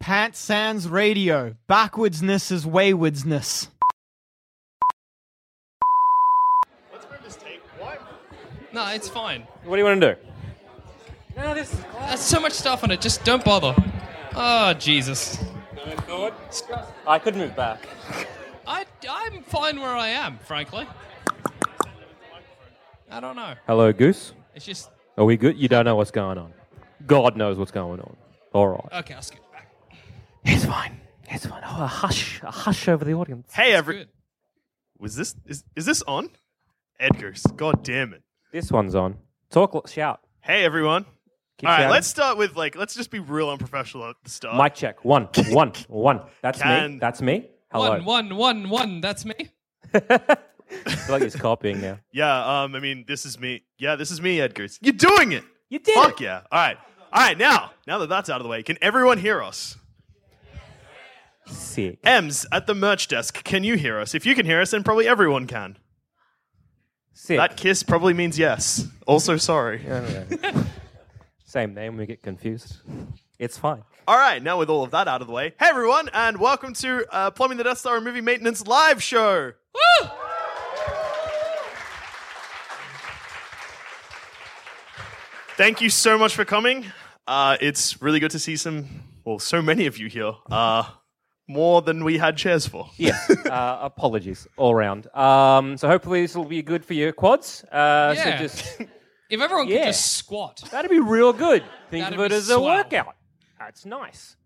Pat Sands Radio. Backwardsness is waywardsness. No, it's fine. What do you want to do? There's so much stuff on it. Just don't bother. Oh Jesus. I could move back. I I'm fine where I am, frankly. I don't know. Hello, Goose. It's just Are we good? You don't know what's going on. God knows what's going on. All right. okay. I'll scoot back. It's fine. It's fine. Oh, a hush. A hush over the audience. Hey, every Good. was this is is this on? Edgar's. God damn it. This one's on. Talk, l- shout. Hey, everyone. Keep All right, shouting. let's start with like let's just be real unprofessional at the start. Mic check. One, one, one. That's me. Can- That's me. Hello. One, one, one, one. That's me. I feel like he's copying now. Yeah. Um. I mean, this is me. Yeah, this is me, Edgar's. You're doing it. You did. it. Fuck yeah. All right. All right. Now, now that that's out of the way, can everyone hear us? Sick. Ems at the merch desk, can you hear us? If you can hear us, then probably everyone can. Sick. That kiss probably means yes. Also, sorry. Same name. We get confused. It's fine. All right, now with all of that out of the way, hey everyone, and welcome to uh, Plumbing the Death Star and Movie Maintenance Live Show. Woo! Thank you so much for coming. Uh, it's really good to see some, well, so many of you here. Uh, more than we had chairs for. Yes. Uh, apologies all round. Um, so hopefully this will be good for your quads. Uh, Yeah. So just If everyone Yeah. could just squat. that'd be real good. Think That'd of it be as a swell. workout. That's nice.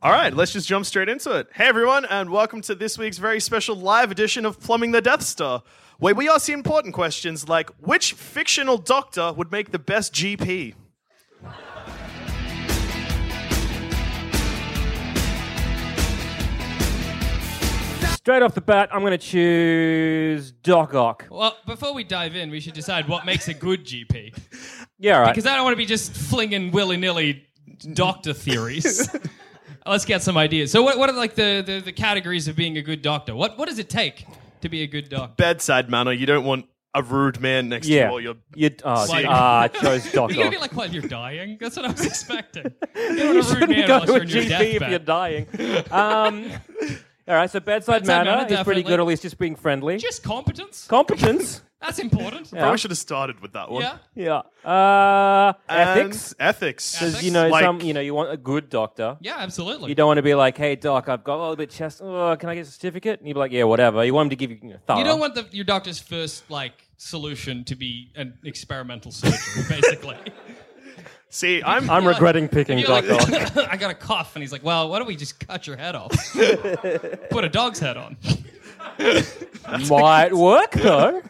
All right, let's just jump straight into it. Hey everyone, and welcome to this week's very special live edition of Plumbing the Death Star, where we ask the important questions like which fictional doctor would make the best GP? Straight off the bat, I'm going to choose Doc Ock. Well, before we dive in, we should decide what makes a good GP. Yeah, all right. Because I don't want to be just flinging willy nilly doctor theories. Let's get some ideas. So, what, what are like the, the, the categories of being a good doctor? What what does it take to be a good doctor? Bedside manner, you don't want a rude man next to you yeah. while you're. You uh, Like- uh, chose Doc You're gonna Ock. be like, well, you're dying. That's what I was expecting. You don't you want a rude shouldn't man go unless to you're a on your GP if deathbed. you're dying. Um, all right, so bedside, Bedside manner, manner, is pretty definitely. good, at least just being friendly. Just competence. Competence. That's important. Yeah. Probably should have started with that one. yeah. Uh, And ethics. Ethics. Ethics. You know, Like- some you know, you want a good doctor. Yeah, absolutely. You don't want to be like, hey doc, I've got a little bit chest. Oh, can I get a certificate? And you'd be like, yeah, whatever. You want him to give you, you know, thorough. You don't want the, your doctor's first like solution to be an experimental surgery, basically. See, I'm. I'm regretting picking You're like, doc ock. I got a cough, and he's like, "Well, why don't we just cut your head off? Put a dog's head on. Might work though.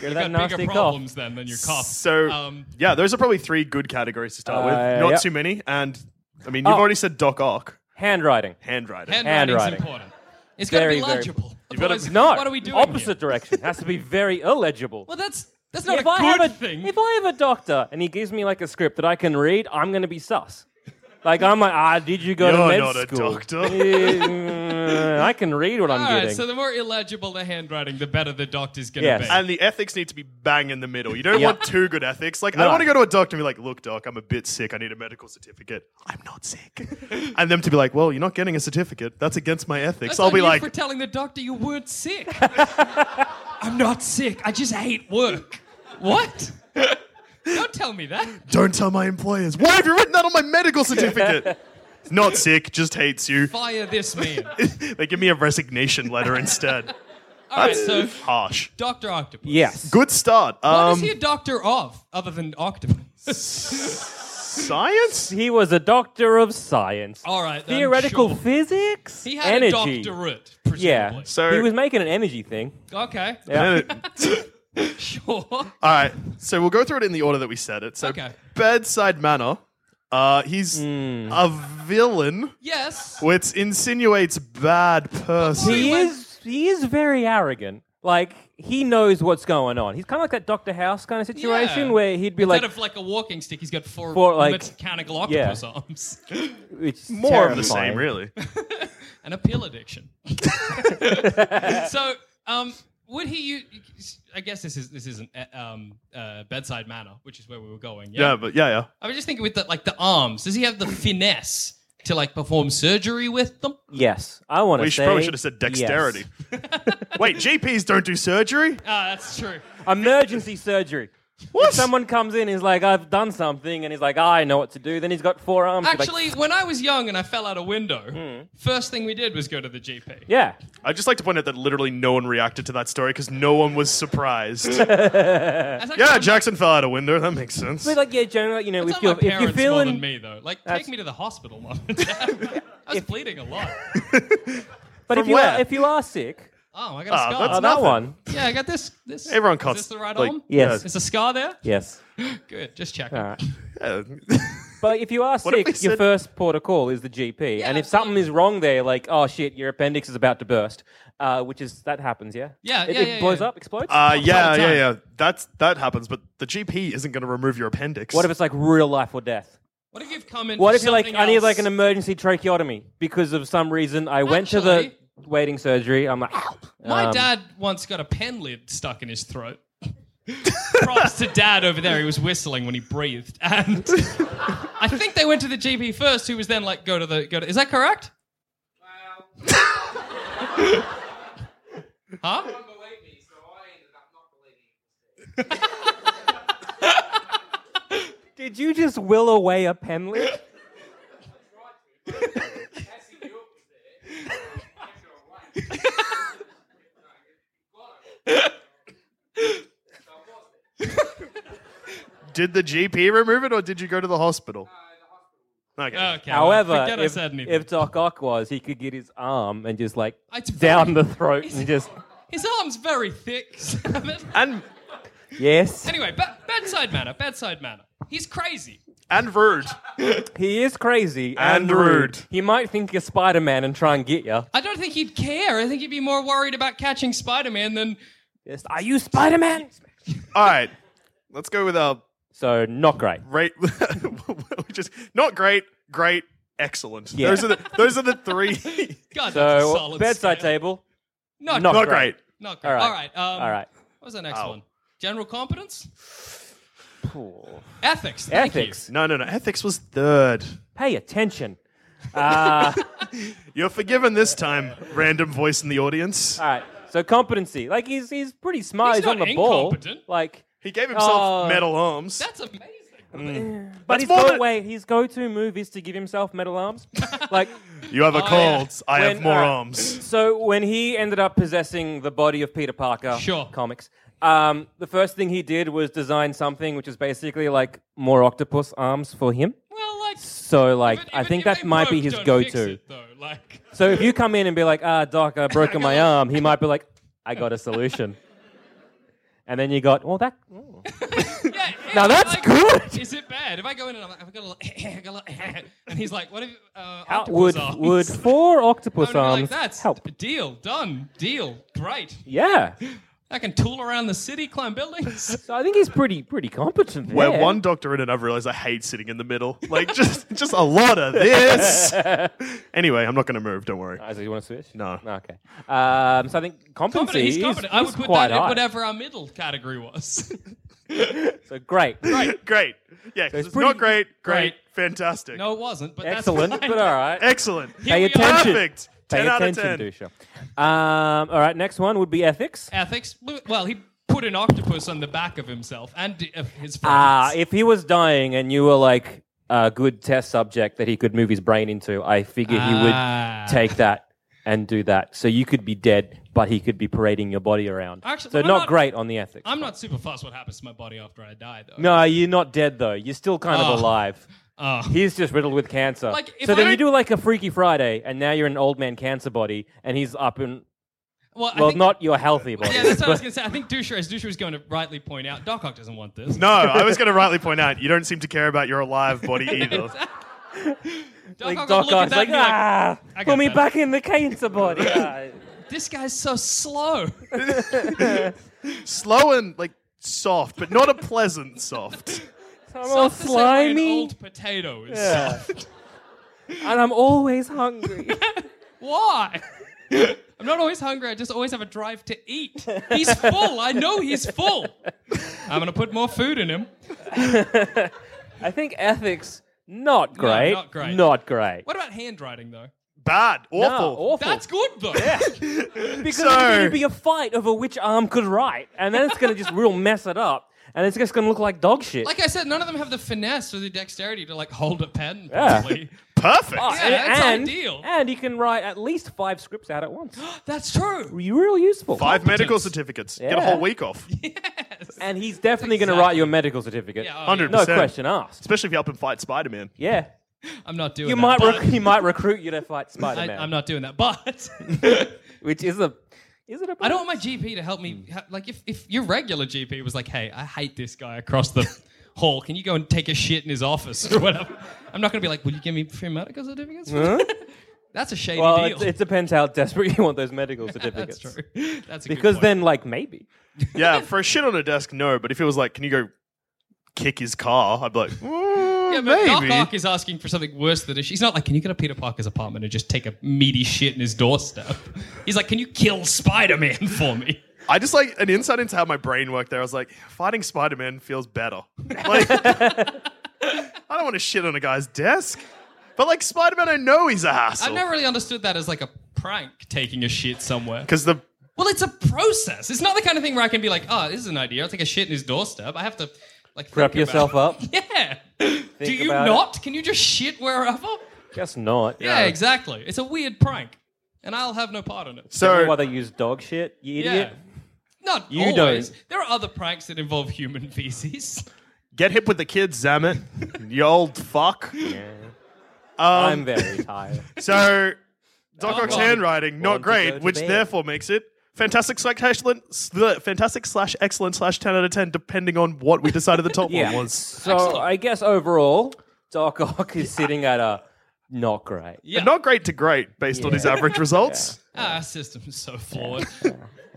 Get that Got nasty bigger cough. problems then than your cough." So, um, yeah, those are probably three good categories to start Uh, with. Not yep. too many. And, I mean, you've Oh. already said Doc Ock, Handwriting. handwriting. handwriting's handwriting. important. It's got to Very, be very- legible. You've gotta- Otherwise, No. what are we doing? Opposite here? direction. Has to be very illegible. Well, that's that's not if a I good have a, thing. If I have a doctor and he gives me like a script that I can read, I'm going to be sus. Like I'm like, ah, did you go to You're med not a school? doctor. Mm, I can read what I'm All right, getting. so the more illegible the handwriting, the better the doctor's gonna Yes. be. And the ethics need to be bang in the middle. You don't Yeah. want too good ethics. Like, I No. want to go to a doctor and be like, look, doc, I'm a bit sick. I need a medical certificate. I'm not sick. and them to be like, well, you're not getting a certificate. That's against my ethics. That's I'll on be you like, for telling the doctor you weren't sick. I'm not sick. I just hate work. What? Don't tell me that. don't tell my employers. Why have you written that on my medical certificate? not sick, just hates you. Fire this man. they give me a resignation letter instead. All right, so Harsh. Doctor Octopus. yes. Good start. What is Um, he a doctor of, other than octopus? science? He was a doctor of science. All right, then, Theoretical Oh, sure. physics. He had energy. a doctorate, Yeah. presumably. So- he was making an energy thing. Okay. Yeah. Sure. All right. So we'll go through it in the order that we said it. So Okay. bedside manner. Uh, he's Hmm. a villain, Yes. which insinuates bad person. Wait, He wait. is he is very arrogant. Like he knows what's going on. He's kind of like that Doctor House kind of situation Yeah. where he'd be Instead like, of like a walking stick, he's got four, Four, like- mechanical octopus arms which is More of the terrifying. same, really. and a pill addiction. so, um, would he? Use, I guess this is this isn't uh, um, uh, bedside manner, which is where we were going. Yeah. Yeah, but yeah, yeah. I was just thinking with the, like the arms. Does he have the finesse to like perform surgery with them? Yes, I want to We say. should, probably should have said dexterity. yes. Wait, GPs don't do surgery? Ah, that's true. Emergency surgery. What? If someone comes in, he's like, I've done something, and he's like, I know what to do. Then he's got four arms. He's like, Actually, when I was young and I fell out a window, first thing we did was go to the GP. Hmm. yeah. I'd just like to point out that literally no one reacted to that story because no one was surprised. That's actually- yeah, Jackson fell out a window. That makes sense. But like, yeah, generally, you know, It's if on my you're, if parents you're more than feeling, me though. Like, take me to the hospital, mom. and dad. I was bleeding a lot. but if From you where? are, if you are sick, Oh, I got a Ah, scar. oh, that's that nothing. one, Yeah, I got this. This Everyone Is cuts, this the right like, arm? yes, Is a scar there? yes. Good. Just check. All right. Yeah. But if you are What if sick, we your said- first port of call is the GP. and if something is wrong there, like, oh shit, your appendix is about to burst, uh, which is, that happens, yeah? Yeah, It, yeah, it yeah, blows yeah. up, explodes? uh, yeah, the yeah, time. yeah. That's that happens, but the GP isn't going to remove your appendix. what if it's like real life or death? What if you've come in? What for if you're like, something I need like an else? emergency tracheotomy because of some reason I went to the Actually- waiting surgery. I'm like, ow. My Um, dad once got a pen lid stuck in his throat. Props to dad over there. He was whistling when he breathed, and I think they went to the GP first, who was then like, "Go to the go to." Is that correct? huh? Did you just will away a pen lid? Did the GP remove it, or did you go to the hospital? Okay. Okay. well, However, forget I if, said anything. if Doc Ock was, he could get his arm and just like It's down very- the throat it's- and just, his arm's very thick. Simon. and yes. anyway, ba- bedside manner. Bedside manner. He's crazy. and rude. He is crazy and, And rude. rude. He might think you're Spider Man and try and get you. I don't think he'd care. I think he'd be more worried about catching Spider Man than. Just, are you Spider Man? All right, let's go with our So not great. rate. which is not great, great, excellent. Yeah. Those are the those are the three. God, that's a So solid bedside scale. table. Not, not not not, great. not great. All right. All right. um, All right. What was the next one? General competence? Ethics. Thank Ethics. No, no, no. Ethics was third. Pay attention. You're forgiven this time. Random voice in the audience. All right. So competency. Like he's he's pretty smart. He's He's, on not the ball. incompetent. Like, He gave himself Oh. metal arms. You. That's amazing. but That's his more go than- way his go to move is to give himself metal arms. like. You have a cold. I have Oh, When, more uh, arms. So when he ended up possessing the body of Peter Parker, Sure. comics. Um, the first thing he did was design something which is basically like more octopus arms for him. Well, like. So like, if- I if- think if that they might be broke, his don't fix go-to. it, though. Like, So if you come in and be like, "Ah, doc, I've broken my arm," he might be like, "I got a solution." And then you got, well, that yeah, Now yeah, that's like, good. Is it bad? If I go in and I'm like, I've got a little, I got a little and he's like, what if uh, how, octopus would arms? would four I'm gonna octopus be like, arms that's help? deal done, deal great. Yeah. I can tool around the city, climb buildings. So I think he's pretty pretty competent. Where there. one doctor in and I've realized I hate sitting in the middle. Like just just a lot of this. anyway, I'm not gonna move, don't worry. Ah, so you want to switch? No. Okay. Um, so I think competency Competent, he's is, competent. is I would put quite that high. in whatever our middle category was. So great. Great. Great. Yeah, 'cause it's it's pretty- not great, great, Great. fantastic. no, it wasn't. But Excellent, That's but uh, fine. all right. Excellent. Here Pay we are. attention. Perfect. Pay ten out of attention, ten. Dusha. Um, all right, next one would be ethics. Ethics. Well, he put an octopus on the back of himself and d- of his friends. Ah, if he was dying and you were like a good test subject that he could move his brain into, I figure he Ah. would take that and do that. So you could be dead, but he could be parading your body around. Actually, so I'm not, not- great on the ethics. I'm not super fast. What happens to my body after I die, though? no, you're not dead though. You're still kind Oh. of alive. Oh. He's just riddled with cancer. Like, if so then I- you do like a Freaky Friday, and now you're an old man cancer body, and he's up and Well, I Well, think- not your healthy body. Yeah, that's what I was going to say. I think Dusha, as Dusha was going to rightly point out, Doc Ock doesn't want this. No, I was going to rightly point out you don't seem to care about your alive body either. Doc like Ock would look Doc at Ock's that Oh, like, and be like, ah, I got put me that." back in the cancer body. Ah. this guy's so slow. Slow and like soft, but not a pleasant soft. I'm all Soft the same way an slimy. old potato is Yeah. soft. and I'm always hungry. Why? I'm not always hungry. I just always have a drive to eat. He's full. I know he's full. I'm going to put more food in him. I think ethics not great. not great. Not great. What about handwriting, though? Bad, No, awful. awful. That's good, though. because it's So- going to be a fight over which arm could write, and then it's going to just real mess it up, and it's just going to look like dog shit. Like I said, none of them have the finesse or the dexterity to like hold a pen Yeah. properly. Perfect. Ah, Yeah, that's and, ideal. And you can write at least five scripts out at once. That's true. You're real useful. Five medical certificates. Get a Yeah. whole week off. And he's definitely going to write you a medical certificate. Yeah, oh, Hundred no percent. question asked. Especially if you help him fight Spider Man. Yeah. I'm not doing You that. might, but- rec- he might recruit you to fight Spider I, Man. I'm not doing that, but Which is a. Is it a. I don't want my GP to help me. ha- Like, if, if your regular GP was like, hey, I hate this guy across the hall, can you go and take a shit in his office or whatever? I'm not going to be like, will you give me free medical certificates? for that?" That's a shady Well, deal. Oh, it, it depends how desperate you want those medical certificates. That's true. That's a good Because point. then, like, maybe. Yeah, for a shit on a desk, no. But if it was like, can you go kick his car? I'd be like, "Mm, Yeah, but Doc maybe. Ock is asking for something worse than a sh- He's not like, can you go to Peter Parker's apartment and just take a meaty shit in his doorstep? He's like, can you kill Spider Man for me? I just like an insight into how my brain worked there. I was like, fighting Spider Man feels better. Like, I don't want to shit on a guy's desk. But like Spider Man, I know he's a hassle. I've never really understood that as like a prank taking a shit somewhere. Because the Well, it's a process. It's not the kind of thing where I can be like, oh, this is an idea. I'll take a shit in his doorstep. I have to like Prep think about yourself it. up. Yeah. Do you about it. not? Can you just shit wherever? Guess not. Yeah. exactly. It's a weird prank, and I'll have no part in it. Tell me Why so they use dog shit, you Yeah. idiot? Not You always. don't. There are other pranks that involve human feces. get hip with the kids, Zamet. you old fuck. Um, I'm very tired. So Doc Ock's well. handwriting Want not to go great, to which bed. therefore makes it fantastic slash excellent, s- the fantastic slash excellent slash ten out of ten, depending on what we decided the top Yeah. one was. So I guess overall, Doc Ock is sitting at a not great. Yeah. Not great to great based on his average results. Ah, our system is so flawed.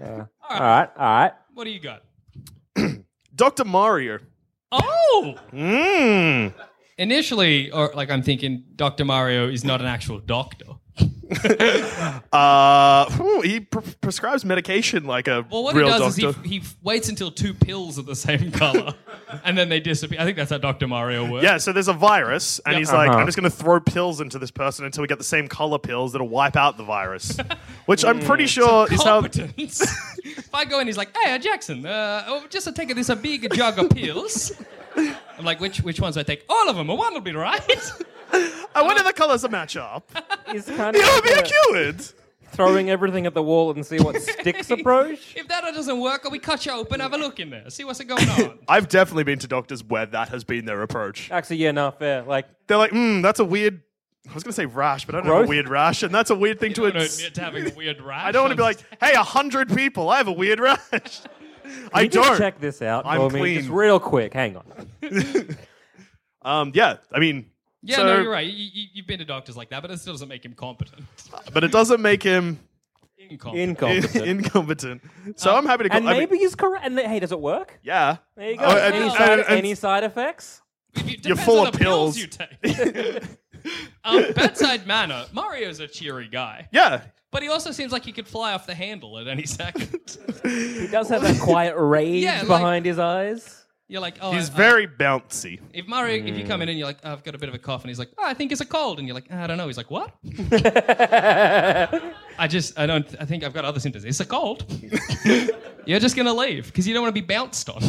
All right, all right. what do you got? Doctor Mario. Oh! Hmm. Mmm. Initially, or like I'm thinking, Doctor Mario is not an actual doctor. Uh, whew, he pre- prescribes medication like a Well, what real he does doctor. is he, he waits until two pills are the same color, and then they disappear. I think that's how Doctor Mario works. yeah, so there's a virus, and Yep. he's like, I'm just going to throw pills into this person until we get the same color pills that'll wipe out the virus. Which I'm pretty sure is how. competence. if I go in, he's like, "Hey, Jackson, uh, oh, just a take of this a big jug of pills." I'm like, "Which which ones do I take? All of them. One will be right." I wonder the colors will match up. He's kind of You'll be like a cured. throwing everything at the wall and see what sticks approach. if that doesn't work, we cut you open, have a look in there, see what's going on. I've definitely been to doctors where that has been their approach. Actually, yeah, no, fair. Like, They're like, hmm, that's a weird. I was going to say rash, but I don't have Growth? a weird rash, and that's a weird thing to. I don't ins- admit to having a weird rash. I don't want to be like, hey, a hundred people, I have a weird rash. I you just don't. check this out I'm for me, just clean. real quick. Hang on. Um, yeah, I mean, Yeah, so- no, you're right. You, you, you've been to doctors like that, but it still doesn't make him competent. but it doesn't make him Incompetent. Incompetent. Um, incompetent. So I'm happy to. and I mean, maybe he's correct. And hey, does it work? yeah. There you go. Oh, and- any, and- side, and- any side effects? If you- You're depends full on of the pills. pills. you take. um, bedside manner. Mario's a cheery guy, yeah. but he also seems like he could fly off the handle at any second. He does have that quiet rage Yeah, like- behind his eyes. You're like, oh, He's I- I- very Mm. bouncy. if Mario, if you come in and you're like, oh, I've got a bit of a cough, and he's like, oh, I think it's a cold, and you're like, I don't know. He's like, what? I just, I don't, I think I've got other symptoms. It's a cold. you're just gonna leave because you don't want to be bounced on.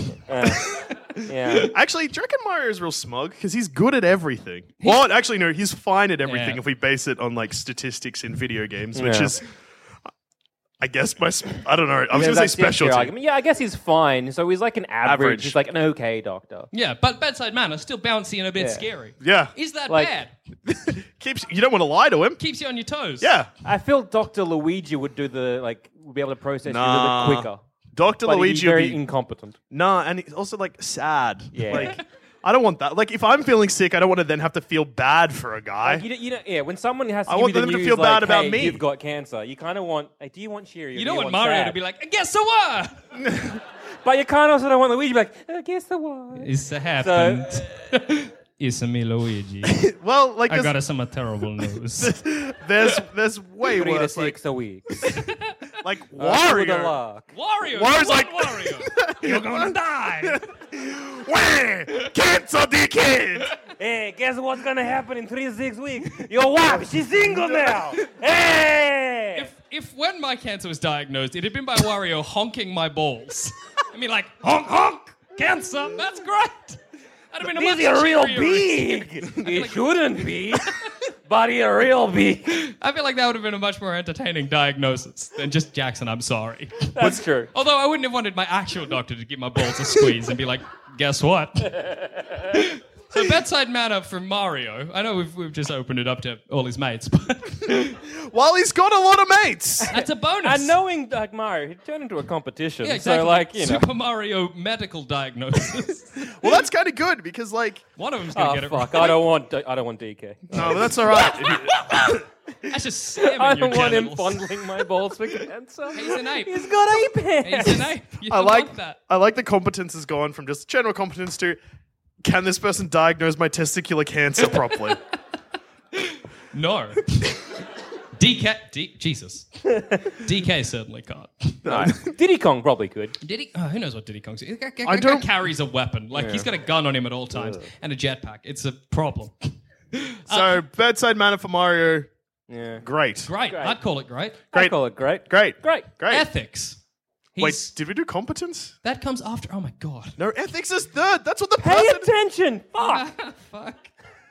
Yeah. Actually, do you reckon Mario's real smug? Because he's good at everything. well, actually, no, he's fine at everything Yeah. if we base it on like statistics in video games, which Yeah. is, I guess, my. Sp- I don't know. I Yeah, was going to that's say the extra specialty. argument. Yeah, I guess he's fine. So he's like an average. Average. He's like an okay doctor. Yeah, but bedside manner still bouncy and a bit Yeah. scary. Yeah. Is that Like- bad? Keeps you don't want to lie to him. Keeps you on your toes. Yeah. I feel Doctor Luigi would do the like will be able to process Nah. you a little bit quicker. Doctor But he'd be Luigi would very be- Eh. incompetent. Nah, and it's also like sad. Yeah. Like I don't want that. Like if I'm feeling sick, I don't want to then have to feel bad for a guy. Like, you, know, you know, yeah. When someone has to, I give want you the them to news, feel like, bad about hey, me. You've got cancer. You kind of want. Like, do you want cheery? or You do don't want want Mario sad? to be like, guess what? But you kind of also don't want Luigi to be like, I guess the what? It's happened. it's me, Luigi. well, like I there's, got us some terrible news. there's there's way Three to worse. Like, six a Uh, week. like With a Wario. lark. Wario, Wario's you like- want Wario. You're gonna die. Wah! Cancer the kid. Hey, guess what's gonna happen in three to six weeks? Your wife, she's single now. Hey! If, if when my cancer was diagnosed, it had been by Wario honking my balls. I mean, like honk honk, cancer. That's great. I'd have been a much He's a real cheerier- big. He shouldn't be, but he's a real big. I feel like that would have been a much more entertaining diagnosis than just Jackson. I'm sorry. That's true. Although I wouldn't have wanted my actual doctor to give my balls a squeeze and be like, guess what? so bedside manner from Mario. I know we've, we've just opened it up to all his mates, but While he's got a lot of mates. that's a bonus. And knowing like Mario, he turned into a competition. Yeah, exactly. So like you know, Super Mario medical diagnosis. Well, that's kind of good because like One of them's gonna oh get it fuck, right. I don't want I don't want DK. no, but that's all right. If you- That's just slamming I don't your want him genitals. fondling my balls for cancer. He's an ape. He's got ape hands. He's an ape. You I don't like want that. I like the competence has gone from just general competence to can this person diagnose my testicular cancer properly? No. DK, D, Jesus. DK certainly can't. Diddy Kong probably could. Diddy, oh, who knows what Diddy Kong's? That guy, I that guy don't- carries a weapon. Like he's got a gun on him at all times and a jetpack. It's a problem. so bedside manner for Mario, Yeah. great, Great. I'd call it great. I call it great. great, Great. great. Ethics. He's, Wait, did we do competence? that comes after. Oh my god. No, ethics is third. That's what the Pay person. attention. Fuck. Fuck.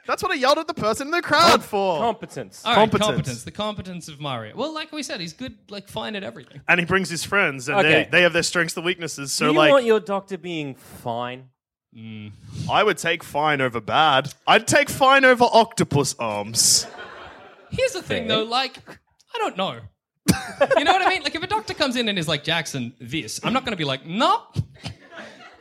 that's what I yelled at the person in the crowd for. Competence. All right, competence. Competence. The competence of Mario. Well, like we said, he's good. Like fine at everything. and he brings his friends, and Okay. they, they have their strengths and weaknesses. So, Do you like, want your doctor being fine? I would take fine over bad. I'd take fine over octopus arms. Here's the thing, though. Like, I don't know. you know what I mean? Like, if a doctor comes in and is like, "Jackson, this," I'm not going to be like, "No."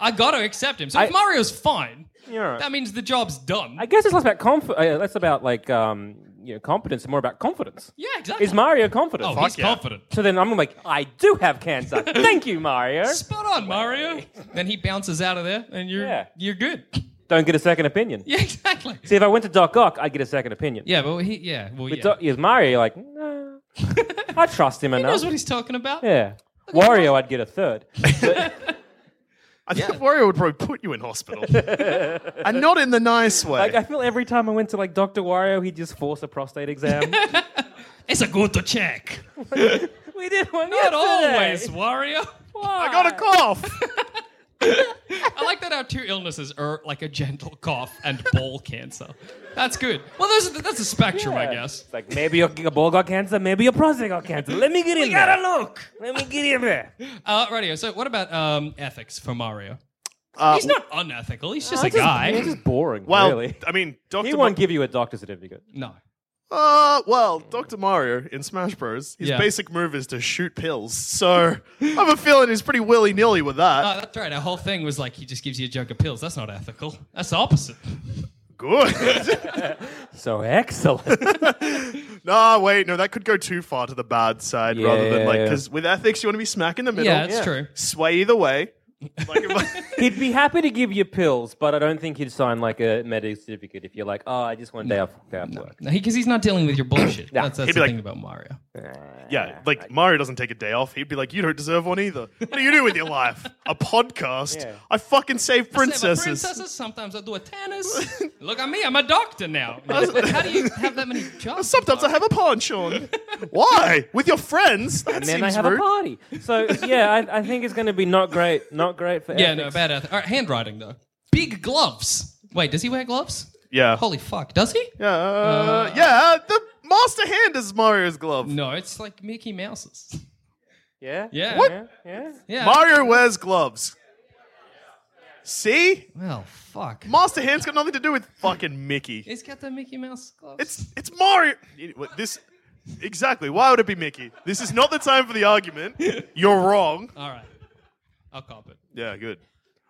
I got to accept him. So if I- Mario's fine, You're right. that means the job's done. I guess it's less about comf- uh, less about like um, you know competence and more about confidence. yeah, exactly. Is Mario confident? Oh, he's yeah. confident. So then I'm like, I do have cancer. Thank you, Mario. Spot on, Mario. Then he bounces out of there, and you're Yeah. you're good. Don't get a second opinion. Yeah, exactly. See, if I went to Doc Ock, I'd get a second opinion. Yeah, but he yeah well yeah. Doc, with Mario, you're like, nah. I trust him He knows enough. what he's talking about. Yeah. Wario, I'd get a third. I think Wario would probably put you in hospital, and not in the nice way. Like, I feel every time I went to like Doctor Wario, he'd just force a prostate exam. It's a good to check. we did one Not yesterday. always, Wario. Why? I got a cough. I like that our two illnesses are like a gentle cough and ball cancer. That's good. Well, those are the, that's a spectrum, I Yeah. guess. It's like maybe your your ball got cancer, maybe your prostate got cancer. Let me get in. We gotta look. Let me get in there. Uh, radio. So, what about um, ethics for Mario? Uh, he's not unethical. He's just a This is- guy. This is boring. Well, really. I mean, Doctor. He won't give you a doctor certificate. no. Uh, well, Dr. Mario in Smash Bros, his Yeah. basic move is to shoot pills. So I have a feeling he's pretty willy nilly with that. Oh, that's right. Our whole thing was like he just gives you a jug of pills. That's not ethical. That's the opposite. Good. So excellent. nah, wait, no, that could go too far to the bad side Yeah, rather than yeah, like, yeah. because with ethics, you want to be smack in the middle. Yeah, that's true. Sway either way. Like, if I- he'd be happy to give you pills, but I don't think he'd sign like a medical certificate if you're like, oh, I just want a day off, day off work. No, because he's not dealing with your bullshit. That's, that's He'd the be like- thing about Mario. yeah, like Mario doesn't take a day off. He'd be like, you don't deserve one either. What do you do with your life? A podcast? Yeah. I fucking save princesses. Never princesses. Sometimes I do a tennis. Look at me. I'm a doctor now. How do you have that many jobs? Sometimes I have a paunch on. Why? With your friends? That And seems then they have rude. a party. So yeah, I, I think it's going to be not great. Not great for Yeah, ethics. no, bad ethics. All right, handwriting though. Big gloves. Wait, does he wear gloves? Yeah. Holy fuck, does he? Yeah, uh, yeah, the master hand is Mario's glove. No, it's like Mickey Mouse's. Yeah. Yeah. Yeah. yeah. Yeah. Mario wears gloves. See? well, fuck. Master hand's got nothing to do with fucking Mickey. He's got the Mickey Mouse gloves. It's it's Mario. This Exactly. Why would it be Mickey? This is not the time for the argument. You're wrong. All right. I'll cop it. Yeah, good.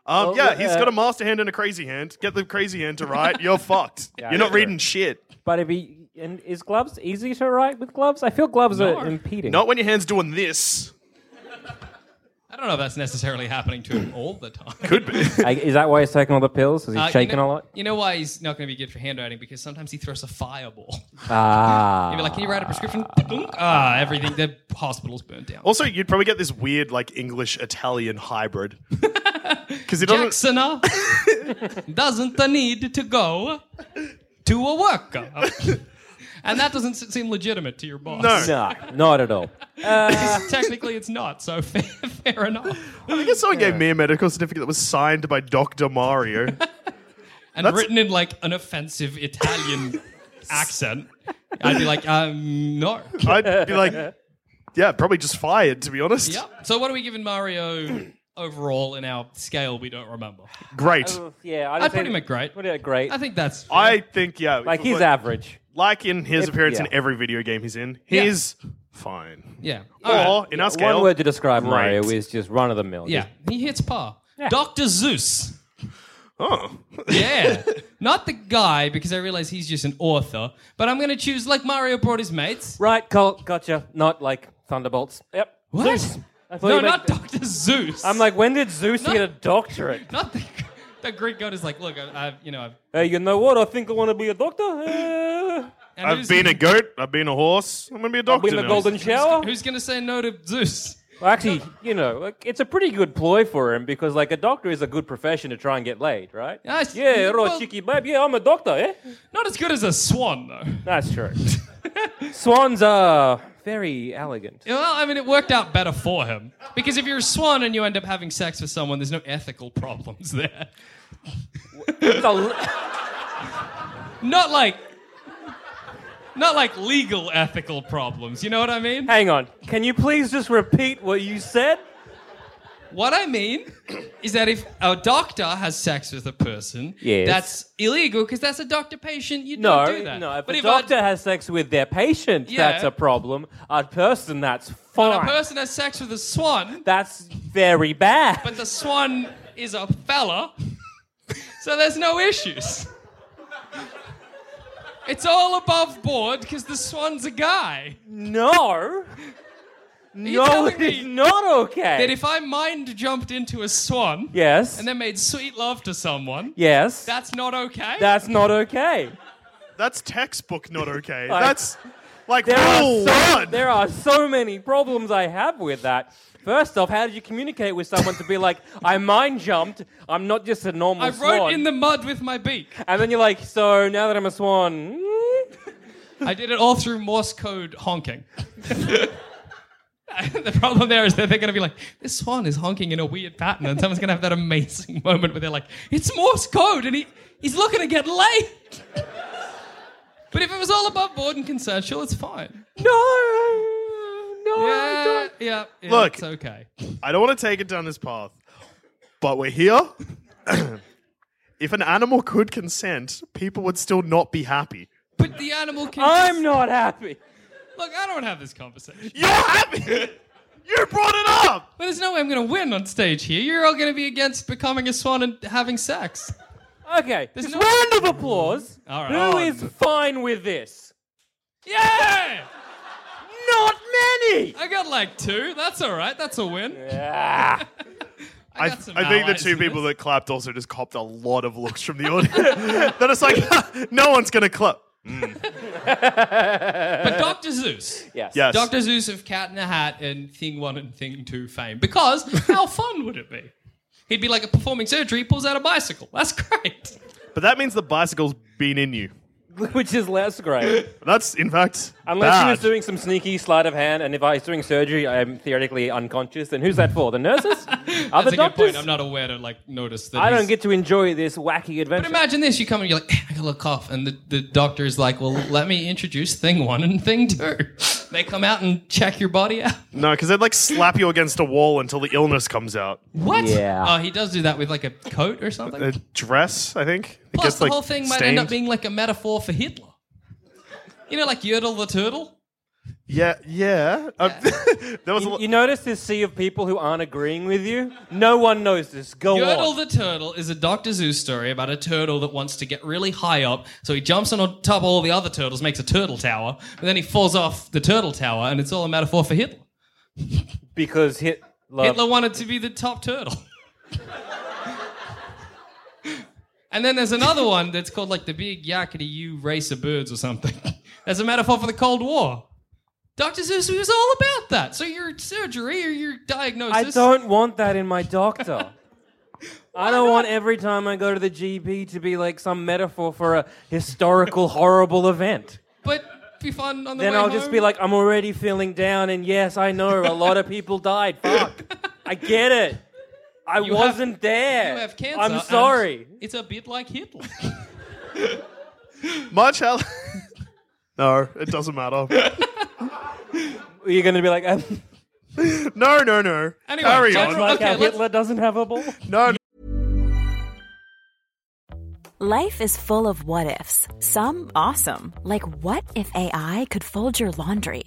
Um, Well, yeah, uh, he's got a master hand and a crazy hand. Get the crazy hand to write. You're fucked. You're not sure. reading shit. But if he and is gloves easy to write with gloves? I feel gloves No. are impeding. Not when your hand's doing this. I don't know if that's necessarily happening to him all the time. Could be. I, is that why he's taking all the pills? Is he Uh, shaking you know, a lot? You know why he's not going to be good for handwriting? Because sometimes he throws a fireball. Ah, You'd be like, can you write a prescription? Dunk. Ah, everything. The hospital's burned down. also, you'd probably get this weird like English Italian hybrid. Because it doesn't. Jackson uh, doesn't need to go to a workup. and that doesn't s- seem legitimate to your boss. No. nah, not at all. Technically, it's not, so fair, fair enough. I guess someone gave me a medical certificate that was signed by Doctor Mario. And written in like an offensive Italian accent. I'd be like, um, no. I'd be like, yeah, probably just fired to be honest. Yep. So, what are we giving Mario overall in our scale we don't remember? Great. Yeah, I'd put him at great. Put him at great. I think that's. fair. I think yeah. like he's like, average. like in his appearance in yeah. every video game he's in, Yeah. he's fine. Yeah. All right. Or in our scale, One word to describe Mario great. is just run of the mill. Yeah. He hits par. Dr. Zeus. oh, Yeah. Not the guy, because I realize he's just an author, but I'm going to choose like Mario brought his mates. Right, Colt, gotcha. Not like Thunderbolts. Yep. What? Zeus. I thought No, you meant- not Dr. Zeus. I'm like, when did Zeus get a doctorate? not the, the Greek god is like, look, I, I've, you know, I've, Hey, you know what? I think I want to be a doctor. Uh, and I've who's- been a goat. I've been a horse. I'm gonna be a doctor. win the now. golden shower. Who's going to say no to Zeus? Well, actually, you know, like, it's a pretty good ploy for him because, like, a doctor is a good profession to try and get laid, right? Yes, Yeah, raw well- cheeky babe. Yeah, I'm a doctor, eh? Not as good as a swan, though. That's true. Swans are very elegant. Well, I mean, it worked out better for him. Because if you're a swan and you end up having sex with someone, there's no ethical problems there. It's a l- Not like. Not like legal ethical problems, you know what I mean? Hang on. Can you please just repeat what you said? What I mean is that if a doctor has sex with a person, Yes. that's illegal because that's a doctor patient. You No, don't do that. no. If but a if doctor has sex with their patient, Yeah. that's a problem. A person, that's a, fine. a person has sex with a swan, that's very bad. but the swan is a fella, so there's no issues. It's all above board because the swan's a guy. no. No, telling me it's not okay. That if I mind jumped into a swan yes. and then made sweet love to someone, yes. that's not okay. that's not okay. That's textbook not okay. Like- That's like There are, rule so, one. there are so many problems I have with that. First off, how did you communicate with someone to be like, I mind jumped, I'm not just a normal I swan. wrote in the mud with my beak. and then you're like, so now that I'm a swan, mm, I did it all through Morse code honking. the problem there is that they're going to be like, this swan is honking in a weird pattern, and someone's going to have that amazing moment where they're like, it's Morse code, and he, he's looking to get laid. but if it was all above board and consensual, it's fine. no, no, Yeah, don't. yeah, yeah, Look. it's okay. I don't want to take it down this path, but we're here. if an animal could consent, people would still not be happy. But the animal can. I'm not happy. Look, I don't have this conversation. You're happy. you brought it up. But there's no way I'm going to win on stage here. You're all going to be against becoming a swan and having sex. Okay, There's just no- round of applause. Who All is right. Oh, fine with this? Yeah! Not many. I got like two. That's all right. That's a win. Ah, I, got some I think the allies two in people this. that clapped also just copped a lot of looks from the audience. that it's like no one's gonna clap. But Dr. Zeus. yes. Yes. Dr. Zeus of Cat in a Hat and Thing 1 and Thing 2 fame. Because how fun would it be? He'd be like a performing surgery, he pulls out a bicycle. That's great. But that means the bicycle's been in you. Which is less great. That's in fact Unless bad. he was doing some sneaky sleight of hand, and if I was doing surgery, I'm theoretically unconscious. Then who's that for? The nurses? That's Other a good doctors? point. I'm not aware to like notice that. I don't he's- get to enjoy this wacky But adventure. imagine this: you come and you're like, I got a little cough, and the, the doctor is like, "Well, let me introduce Thing One and Thing Two. They come out and check your body out. no, because they'd like slap you against a wall until the illness comes out. What? Yeah. Oh, he does do that with like a coat or something. A dress, I think. It Plus, gets, the like, whole thing might end stained. up being like a metaphor for Hitler. You know, like Yertle the turtle. Yeah, yeah. Um, there was a You, lot. you notice this sea of people who aren't agreeing with you? No one knows this. Go Girdle on. the Turtle is a Doctor Zoo story about a turtle that wants to get really high up, so he jumps on top of all the other turtles, makes a turtle tower, but then he falls off the turtle tower, and it's all a metaphor for Hitler. because Hitler. Hitler wanted to be the top turtle. and then there's another one that's called like the big yakety you race of birds or something. That's a metaphor for the Cold War. Dr. Seuss was all about that. So your surgery or your diagnosis. I don't want that in my doctor. I don't want every time I go to the GP to be like some metaphor for a historical horrible event. But be fun on the Then way I'll just home. be like, I'm already feeling down, and yes, I know a lot of people died. Fuck, I get it. I You have- wasn't there. You have cancer. I'm and sorry. It's a bit like Hitler. March Hall- no, it doesn't matter. You're gonna be like, um, No, no, no. Anyway, Carry Judge on. Rod- like Okay, how let's- Hitler doesn't have a ball. No, no. Life is full of what ifs. Some awesome, like what if AI could fold your laundry?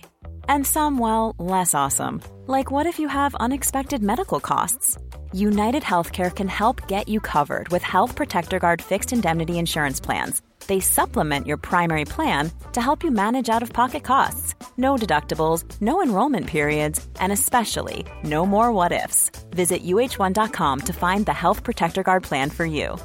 And some, well, less awesome, like what if you have unexpected medical costs? United Healthcare can help get you covered with Health Protector Guard fixed indemnity insurance plans. They supplement your primary plan to help you manage out of pocket costs. No deductibles, no enrollment periods, and especially no more what ifs. Visit uh1.com to find the Health Protector Guard plan for you.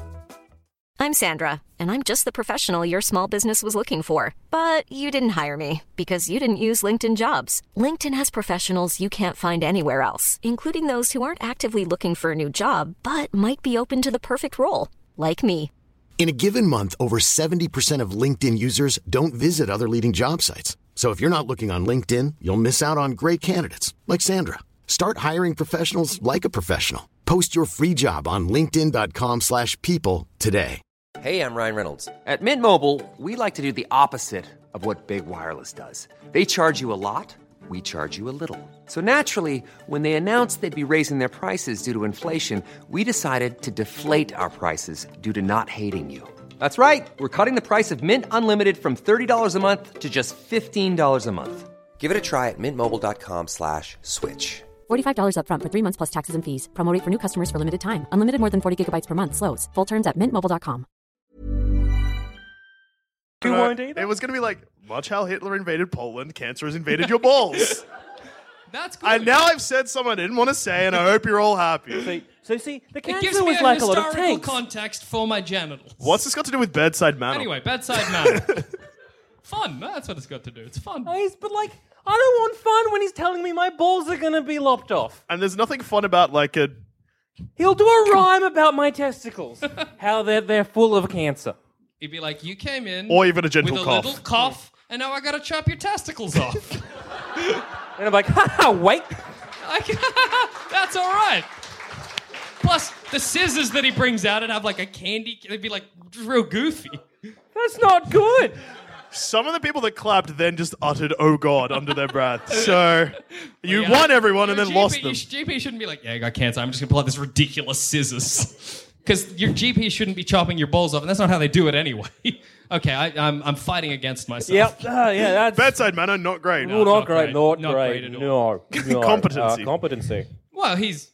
I'm Sandra, and I'm just the professional your small business was looking for. But you didn't hire me because you didn't use LinkedIn jobs. LinkedIn has professionals you can't find anywhere else, including those who aren't actively looking for a new job but might be open to the perfect role, like me. In a given month, over 70% of LinkedIn users don't visit other leading job sites. So if you're not looking on LinkedIn, you'll miss out on great candidates like Sandra. Start hiring professionals like a professional. Post your free job on linkedin.com/people slash people today. Hey, I'm Ryan Reynolds. At Mint Mobile, we like to do the opposite of what Big Wireless does. They charge you a lot, we charge you a little. So naturally, when they announced they'd be raising their prices due to inflation, we decided to deflate our prices due to not hating you. That's right. We're cutting the price of Mint Unlimited from $30 a month to just $15 a month. Give it a try at mintmobile.com slash switch. $45 upfront for three months plus taxes and fees. Promo rate for new customers for limited time. Unlimited more than 40 gigabytes per month. Slows. Full terms at mintmobile.com. You won't either. It was going to be like, watch how Hitler invaded Poland, cancer has invaded your balls. That's good. and now I've said something I didn't want to say, and I hope you're all happy. So, so see, the it cancer gives me was a like a lot of historical tanks. context for my genitals. What's this got to do with bedside manner? Anyway, bedside manner. fun. That's what it's got to do. It's fun. Guys, but like, I don't want fun when he's telling me my balls are gonna be lopped off. And there's nothing fun about like a. He'll do a rhyme about my testicles, how they're they're full of cancer. He'd be like, "You came in, Or even a gentle with a cough. little cough, and now I gotta chop your testicles off." And I'm like, ha ha, wait. I- That's all right. Plus, the scissors that he brings out and have like a candy, they'd be like just real goofy. That's not good. Some of the people that clapped then just uttered "Oh God" under their breath. So you Yeah. won everyone and Your then GP lost them. Your GP shouldn't be like, "Yeah, I got cancer. I'm just gonna pull out this ridiculous scissors," because your GP shouldn't be chopping your balls off, and that's not how they do it anyway. okay, I, I'm I'm fighting against myself. Yep. Uh, yeah, that's Bedside manner, not great. Ooh, not, not great. great. Not, Not great. great at no, no. Competency. Uh, competency. Well, he's.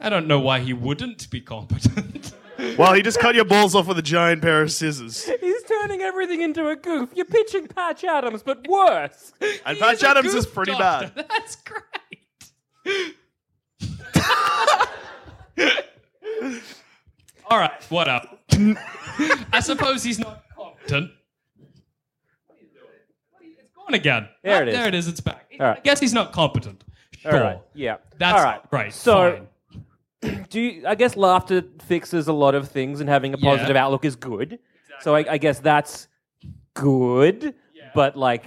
I don't know why he wouldn't be competent. Well, he just cut your balls off with a giant pair of scissors. He's turning everything into a goof. You're pitching Patch Adams, but worse. And He's Patch a Adams is goof pretty doctor. bad. That's great. All right, what up? I suppose he's not competent. What are you doing? What are you- It's gone again. There Ah, it is. There it is. It's back. All right. I guess he's not competent. Sure. All right. Yeah. That's All right. right. So, do you, I guess laughter fixes a lot of things, and having a Yeah. positive outlook is good. So I, I guess that's good, but like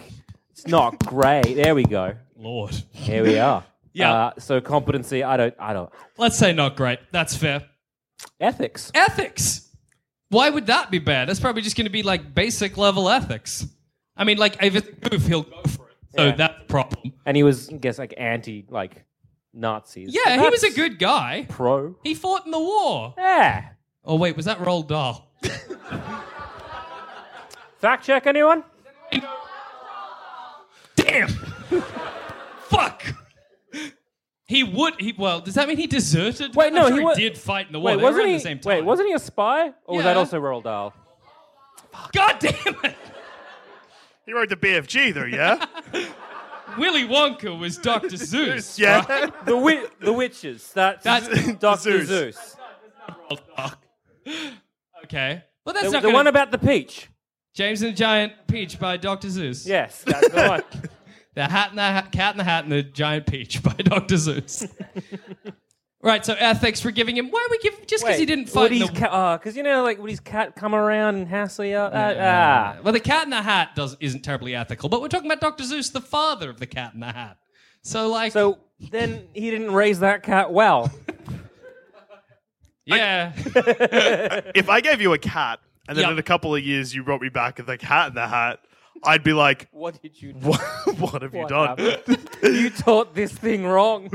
it's not great. There we go. Lord. Here we are. Yeah. Uh, so competency. I don't. I don't. Let's say not great. That's fair. Ethics. ethics. Why would that be bad? That's probably just going to be like basic level ethics. I mean, like if it's goof, he'll go for it. So Yeah. that's the problem. And he was, I guess, like anti, like Nazis. Yeah, But he was a that's good guy. pro. He fought in the war. Yeah. Oh wait, was that Roald Dahl? Fact check anyone? Damn! Fuck! He would. He well. Does that mean he deserted? Wait, I'm no, sure he he, wa- did fight in the war. Wait, they were wasn't around he? the same time. Wait, wasn't he a spy? Or was Yeah. that also Roald Dahl? God damn it! He wrote the BFG though, yeah? Willy Wonka was Doctor Zeus. yeah. The wi- the witches. That's, That's- Doctor Zeus. Zeus. Okay. Well, that's The, not the gonna- one about the peach. James and the Giant Peach by Doctor Zeus. Yes, that's the one. The Hat and the ha- Cat in the Hat and the Giant Peach by Doctor Zeus. right. So uh, thanks for giving him. Why we give just because he didn't fight in Woody's the cat. because you know, like Woody's cat come around and hassle you. Uh, ah. Well, the Cat in the Hat does isn't terribly ethical, but we're talking about Doctor Zeus, the father of the Cat in the Hat. So like, So then he didn't raise that cat well. yeah, if I gave you a cat and then Yeah. in a couple of years you brought me back with a cat in the hat, I'd be like, what did you? do? what, what have you What done? happened? you taught this thing wrong.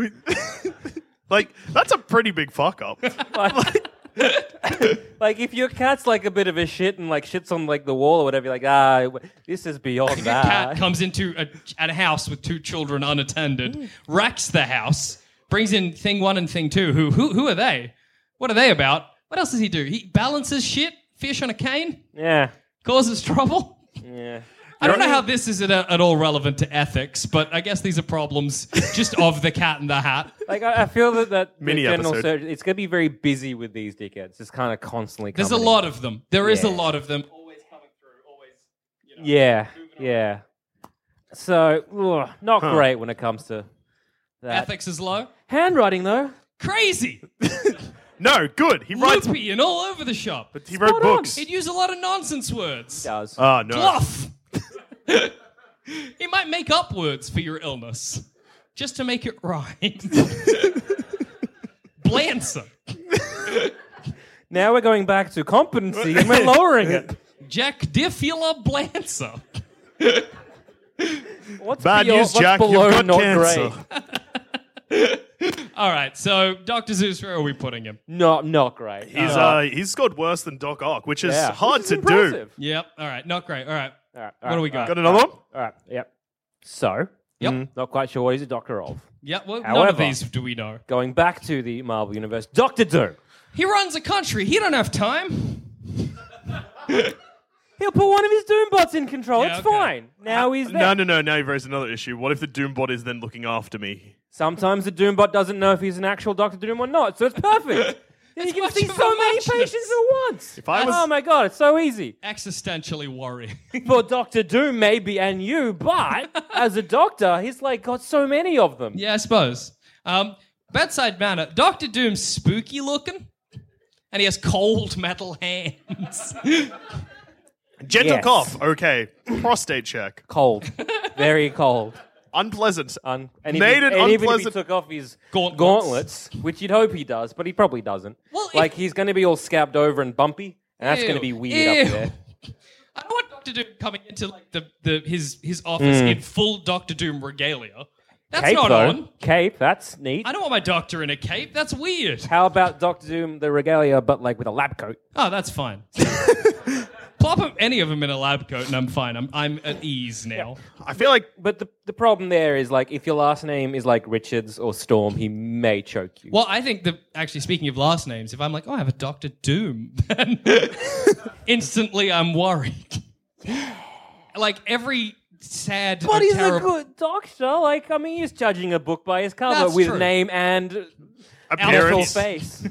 like, that's a pretty big fuck up. like, like, if your cat's like a bit of a shit and like shits on like the wall or whatever, you're like ah, w- this is beyond if a that. cat comes into a, at a house with two children unattended, racks the house, brings in thing one and thing two. Who who who are they? What are they about? What else does he do? He balances shit, fish on a cane, yeah, causes trouble. yeah. I don't know how this is at, at all relevant to ethics, but I guess these are problems just of the cat in the hat. Like I, I feel that that the Mini general episode. surgery, it's going to be very busy with these dickheads. It's kind of constantly. There's a coming lot of them. There is a Yeah. lot of them. in. Yeah, yeah. So ugh, not great when it comes to that. Ethics is low. Handwriting though, Crazy. No, good. He writes. loopy and all over the shop. He wrote on. books. He'd use a lot of nonsense words. does. Oh, no. Bluff. he might make up words for your illness just to make it rhyme. Blancer. now we're going back to competency and we're lowering it. Jack Diffula Blancer. What's Bad beyond- news, what's Jack. You've below got not cancer. great? All right, so Dr. Zeus, where are we putting him? Not not great. He's uh, he's scored worse than Doc Ock, which is Yeah. hard Which is to do. impressive. Yep, all right, not great. All right, All right, what do all right, we all got? Got another one? All right. Yep. So, Yep. mm, not quite sure what he's a doctor of. Yep, well, none of However- these do we know. Going back to the Marvel universe, Doctor Doom. He runs a country. He don't have time. He'll put one of his Doom bots in control. Yeah, it's okay. fine. Now he's there. No, no, no. Now you've raised another issue. What if the Doombot is then looking after me? Sometimes the Doom bot doesn't know if he's an actual Doctor Doom or not, so it's perfect. Then It's you can much see of a so many muchness. patients at once. If I was- oh my god, it's so easy Existentially worrying. for Doctor Doom maybe and you, but as a doctor, he's like got so many of them. Yeah, I suppose. Um, bedside manner. Doctor Doom's spooky looking, and he has cold metal hands. Gentle Yes. cough. Okay. Prostate check. Cold, very cold. Unpleasant. Un- and Made if, it he- and even if he unpleasant- took off his Gauntlets. gauntlets. which you'd hope he does, but he probably doesn't. Well, if- like he's going to be all scabbed over and bumpy, and that's going Ew. to be weird Ew. up there. I don't want Doctor Doom coming into like the, the his his office in full Doctor Doom regalia. That's Hmm. Cape not though, on. cape. That's neat. I don't want my doctor in a cape. That's weird. How about Doctor Doom, the regalia, but like with a lab coat? Oh, that's fine. Plop 'em- any of them in a lab coat, and I'm fine. I'm I'm at ease now. I feel like But the, the problem there is like if your last name is like Richards or Storm, he may choke you. Well, I think that actually, speaking of last names, if I'm like, oh, I have a Doctor Doom, then instantly I'm worried. like every sad, or But he's a terrible good doctor. Like, I mean, he's judging a book by his cover That's with true. name and actual appearance face.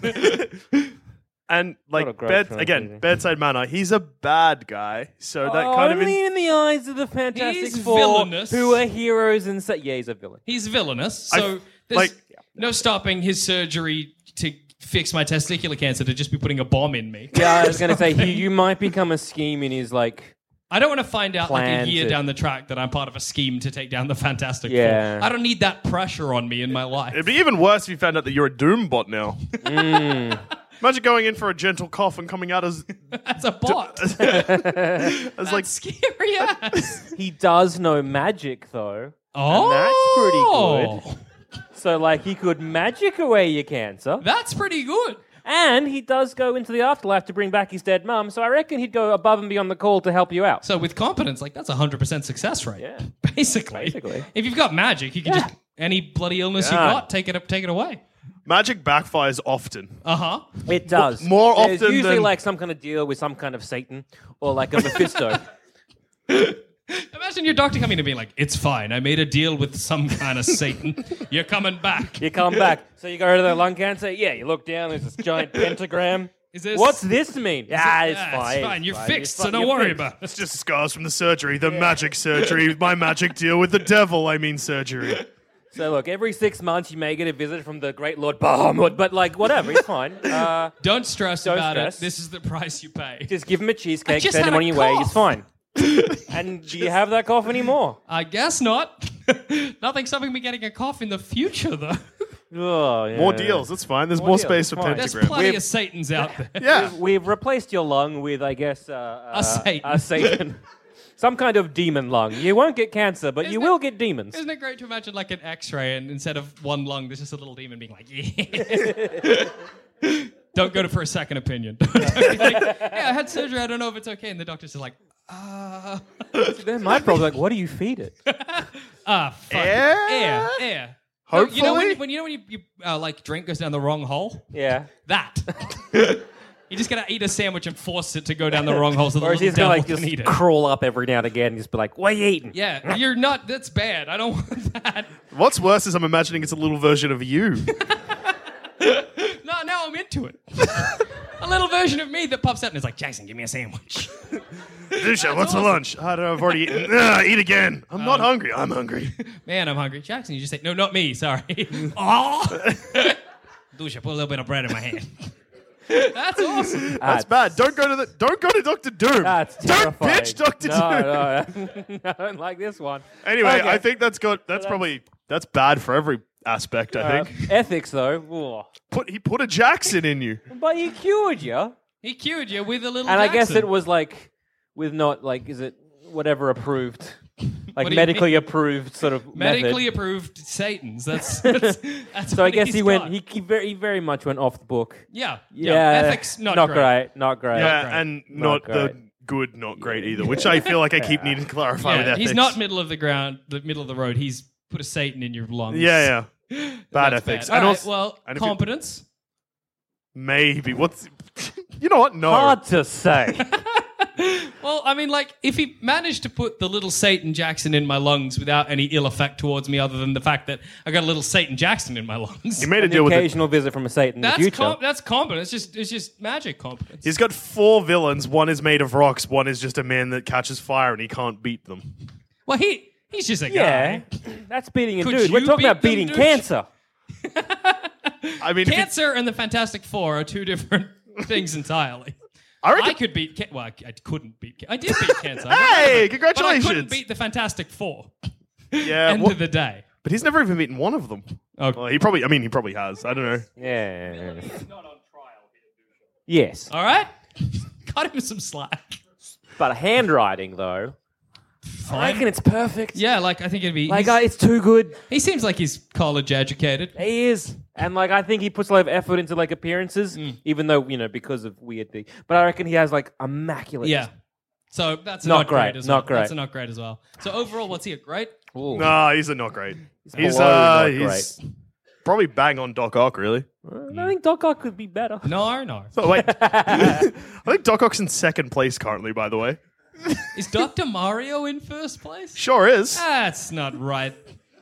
and Not a like great bed, film, again really. bedside manner. He's a bad guy, so that Oh, kind of only in- in the eyes of the Fantastic He's Four, villainous. who are heroes and say, yeah, he's a villain. He's villainous, I- so there's like- no stopping his surgery to fix my testicular cancer to just be putting a bomb in me. Yeah, I was going to say, he, you might become a scheme in his like. I don't want to find out like Plan a year to- down the track that I'm part of a scheme to take down the Fantastic Yeah. Four. I don't need that pressure on me in my life. It'd be even worse if you found out that you're a Doom bot now. Mm. Imagine going in for a gentle cough and coming out as That's a bot. as like Scary ass. He does know magic though, Oh, that's pretty good. so like he could magic away your cancer. That's pretty good. And he does go into the afterlife to bring back his dead mum, so I reckon he'd go above and beyond the call to help you out. So with competence, like that's a hundred percent success rate. Yeah. Basically. Basically. If you've got magic, you can just any bloody illness Yeah. you got, take it up, take it away. Magic backfires often. Uh huh. It does. more There's often usually than- like some kind of deal with some kind of Satan or like a Mephisto. Imagine your doctor coming to me like, "It's fine. I made a deal with some kind of Satan. You're coming back." you come back, so you go to the lung cancer. Yeah, you look down. There's this giant pentagram. Is this- What's this mean? Yeah, it's, Yeah, fine. It's fine. You're it's fixed, fine, so don't you're worry fixed. about it. It's just scars from the surgery, the magic surgery, my magic deal with the devil, I mean surgery. So look, every six months you may get a visit from the great Lord Bahamut, but like whatever, it's fine. Uh, Don't stress Don't about stress. it. This is the price you pay. just give him a cheesecake, just send him had on a your way. cough. It's fine. and do you have that cough anymore? I guess not. Nothing stopping me getting a cough in the future, though. Oh, yeah. More deals, that's fine. There's more, deals, space for it's fine. There's pentagram. plenty of Satans out there. yeah. We've replaced your lung with, I guess, uh, uh, A Satan. a Satan. Some kind of demon lung. You won't get cancer, but you Isn't will it- get demons. Isn't it great to imagine like an X-ray, and instead of one lung, there's just a little demon being like, "Yeah." don't go to for a second opinion. Don't be like, yeah, I had surgery. I don't know if it's okay. And the doctor's just like, ah, Then my problem like, what do you feed it? ah, fuck. Air? air, air. No, You know when, Hopefully? you- when you know when you, you uh, like drink goes down the wrong hole. Yeah. That. you just gotta eat a sandwich and force it to go down the wrong hole so the Or is little he gonna devil like can just eat it. crawl up every now and again and just be like, "What are you eating?" yeah, you're not. That's bad. I don't want that. What's worse is I'm imagining it's a little version of you. No, now I'm into it. a little version of me that pops up and is like, Jason, give me a sandwich. Dusha, what's for lunch? I don't know, I've already eaten. Ugh, eat again. I'm not hungry. I'm hungry. Man, I'm hungry. Jackson, you just say, no, not me. Sorry. oh, Ah! douche. I put a little bit of bread in my hand. That's awesome. That's bad. Don't go to the. Don't go to Doctor Doom. Ah, That's don't terrifying. pitch Doctor no, Doom. No, I don't like this one. Anyway, Okay. I think that's got. That's probably. That's bad for every aspect. I Uh, think. ethics, though. Put he put a Jackson in you. Ooh. But he cured you, and He cured you with a little. I guess Jackson. it was like with not like is it whatever approved, What like do you medically mean? approved sort of medically Method. approved Satan's. That's, that's, that's So I what guess he's he went. got. He, he very he very much went off the book. yeah, yeah. Yeah, Ethics not, not great. Not great. Yeah, great. and Not not, great. the good, not great either. Which I feel like I keep needing to clarify with Yeah, ethics. he's not middle of the ground, the middle of the road. He's put a Satan in your lungs. Yeah, yeah. Bad That's ethics. Bad. All And right, also- well, and if you- competence. Maybe. What's? You know what? No. Hard to say. Well, I mean, like, if he managed to put the little Satan Jackson in my lungs without any ill effect towards me, other than the fact that I got a little Satan Jackson in my lungs, He made a An deal with it. occasional visit from a Satan in the that's future. com- that's competence. It's just it's just magic competence. He's got four villains. One is made of rocks. One is just a man that catches fire and he can't beat them. well, he he's just a yeah, guy. that's beating a Could dude. We're you talking beat about them, beating dude? cancer. I mean, if you- Cancer and the Fantastic Four are two different things entirely. I reckon I could beat ca- well, I, I couldn't beat. Ca- I did beat cancer. I got Hey, rid of it, but I couldn't congratulations. beat the Fantastic Four. Yeah, End wha- of the day. but he's never even beaten one of them. Oh. Well, he probably. I mean, he probably has. I don't know. Yeah. Yes, All right, cut him some slack. Uh, but handwriting though. I reckon it's perfect. Yeah, like I think it'd be. Like he's- I, it's too good. He seems like he's college educated. He is, and like I think he puts a lot of effort into like appearances, Mm. even though you know because of weird thing. But I reckon he has like immaculate. Yeah. So that's a Not not, great. great, as not well. That's great. a not great as well. So overall, what's he a great? Nah, he's a not great. He's, below uh, not he's probably bang on Doc Ock. Really? I think Doc Ock could be better. No, no. Oh, wait, I think Doc Ock's in second place currently. By the way, Is Doctor Mario in first place? sure is. That's not right.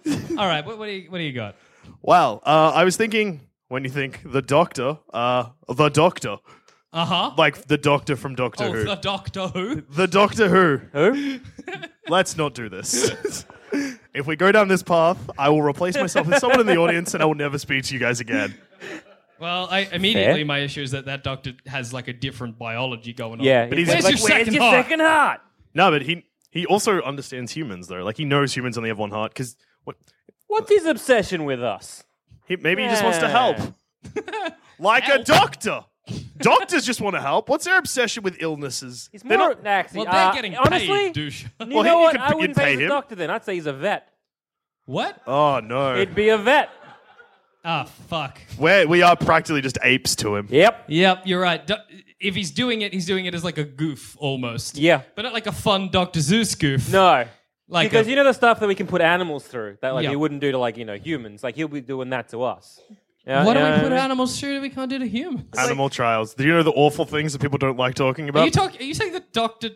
All right. What, what do you What do you got? Well, uh, I was thinking when you think the Doctor, uh, the Doctor, Uh huh. like the Doctor from Doctor Oh, Who, the Doctor Who. the Doctor Who. Who? Let's not do this. if we go down this path, I will replace myself with someone in the audience, and I will never speak to you guys again. Well, I immediately Fair. my issue is that that doctor has like a different biology going on. Yeah, But he's Where's like, your where's second your heart? second heart? No, but he he also understands humans though. Like he knows humans only have one heart because what What's his obsession with us? he, maybe he just wants to Yeah. help, like a doctor. Doctors just want to help. What's their obsession with illnesses? He's They're more. not- nah, actually, Well, uh, they're getting honestly, paid, douche. You know Well, he- you what? could- I you'd wouldn't say pay he's a him. doctor then. I'd say he's a vet. What? oh no! It'd be a vet. Ah, fuck. We're, we are practically just apes to him. Yep. Yep, you're right. Do- if he's doing it, he's doing it as like a goof almost. Yeah. But not like a fun Dr. Zeus goof. No. Like because a- you know the stuff that we can put animals through that like Yeah. he wouldn't do to like you know humans. Like he'll be doing that to us. Yeah, What do yeah, we yeah, put yeah. animals through that we can't do to humans? Animal trials. Do you know the awful things that people don't like talking Are about? Um, you talk? Are you saying that Doctor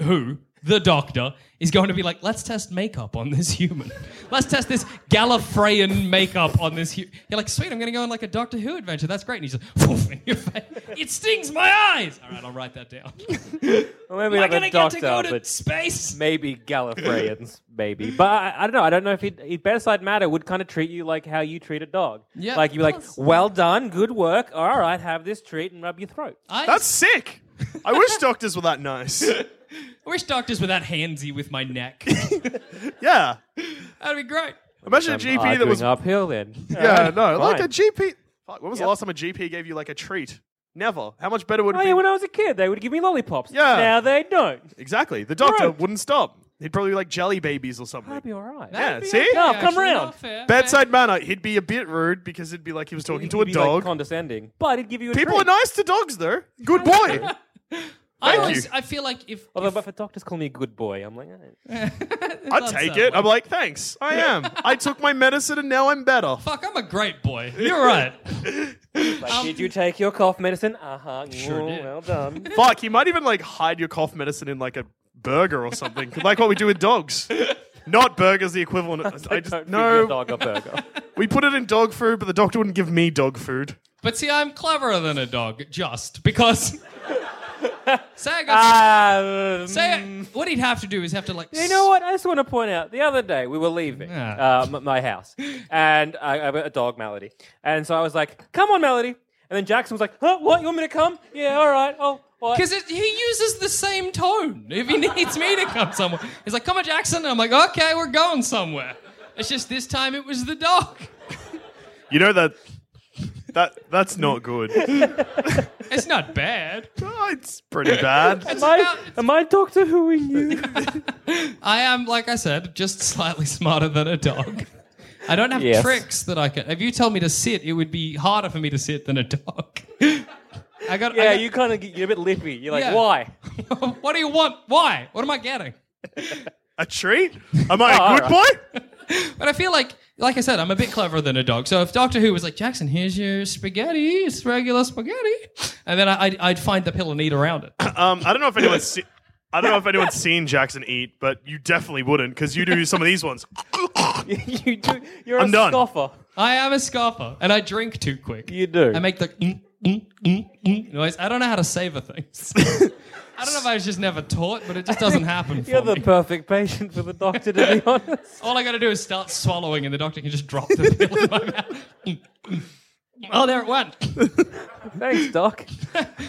Who, the Doctor, is going to be like, let's test makeup on this human. Let's test this Gallifreyan makeup on this. Hu-. You're like, sweet, I'm going to go on like a Doctor Who adventure. That's great. And he's just, "Woof," in your face. It stings my eyes. All right, I'll write that down. Well, maybe Am I not going to the get to doctor, go to but space? maybe Gallifreyans, maybe. But I, I don't know. I don't know if he'd, he'd bedside matter would kind of treat you like how you treat a dog. Yeah, Like you'd be like, plus- well done, good work. All right, have this treat and rub your throat. I That's sick. I wish doctors were that nice. wish doctors were that handsy with my neck. Yeah. That'd be great. Imagine a I'm GP that arguing was. uphill then. Yeah, no. Like a Fine. GP. Fuck, when was the last time a GP gave you like a treat? Never. How much better would it Oh be? yeah, when I was a kid, they would give me lollipops. Yeah. Now they don't. Exactly. The doctor Right. wouldn't stop. He'd probably like jelly babies or something. That'd be all right. yeah, That'd be see? okay, No, come actually. round. No, fair, Bedside manner. He'd be a bit rude because it'd be like he was talking He'd to a be, like, dog. condescending, but it'd give you a People are treat. nice to dogs though. Good boy. fair. I Thank always, you. I feel like if, Although, if but if a doctor's call me a good boy, I'm like, eh. I take that it. way. I'm like, thanks. I am. I took my medicine and now I'm better. fuck, I'm a great boy. You're right. like, did you take your cough medicine? Uh huh. Um, Sure did. Well done. Fuck. He might even like hide your cough medicine in like a burger or something, like what we do with dogs. Not burgers, the equivalent. of- I Don't just feed your no. dog a burger. We put it in dog food, but the doctor wouldn't give me dog food. But see, I'm cleverer than a dog, just because. say I got. um, say I- what he'd have to do is have to like. You know what? I just want to point out the other day we were leaving Yeah. uh, m- my house and I I have a dog, Melody. And so I was like, come on, Melody. And then Jackson was like, huh, what? You want me to come? Yeah, all right. Oh, what? Because he uses the same tone if he needs me to come somewhere. He's like, "Come on, Jackson," and I'm like, "Okay, we're going somewhere." It's just this time it was the dog. You know that. That that's not good. It's not bad. Oh, it's pretty bad. Am I, am I Doctor Whoing you? I am, like I said, just slightly smarter than a dog. I don't have Yes. tricks that I can. If you told me to sit, it would be harder for me to sit than a dog. I got. I yeah, got- you kind of get, you're a bit lippy. You're like, Yeah. why? what do you want? Why? What am I getting? A treat? Am I a good boy? But I feel like, like I said, I'm a bit cleverer than a dog. So if Doctor Who was like, Jackson, here's your spaghetti, it's regular spaghetti, and then I, I'd, I'd find the pill and eat around it. Um, I don't know if anyone's. Se- I don't know if anyone's seen Jackson eat, but you definitely wouldn't because you do some of these ones. you do, you're I'm a done. scoffer. I am a scoffer, and I drink too quick. You do. I make the mm, mm, mm, mm noise. I don't know how to savor things. I don't know if I was just never taught, but it just doesn't happen for You're the me. perfect patient for the doctor, to be honest. All I got to do is start swallowing, and the doctor can just drop the pill in my mouth. Mm, mm. Oh, there it went. Thanks, Doc.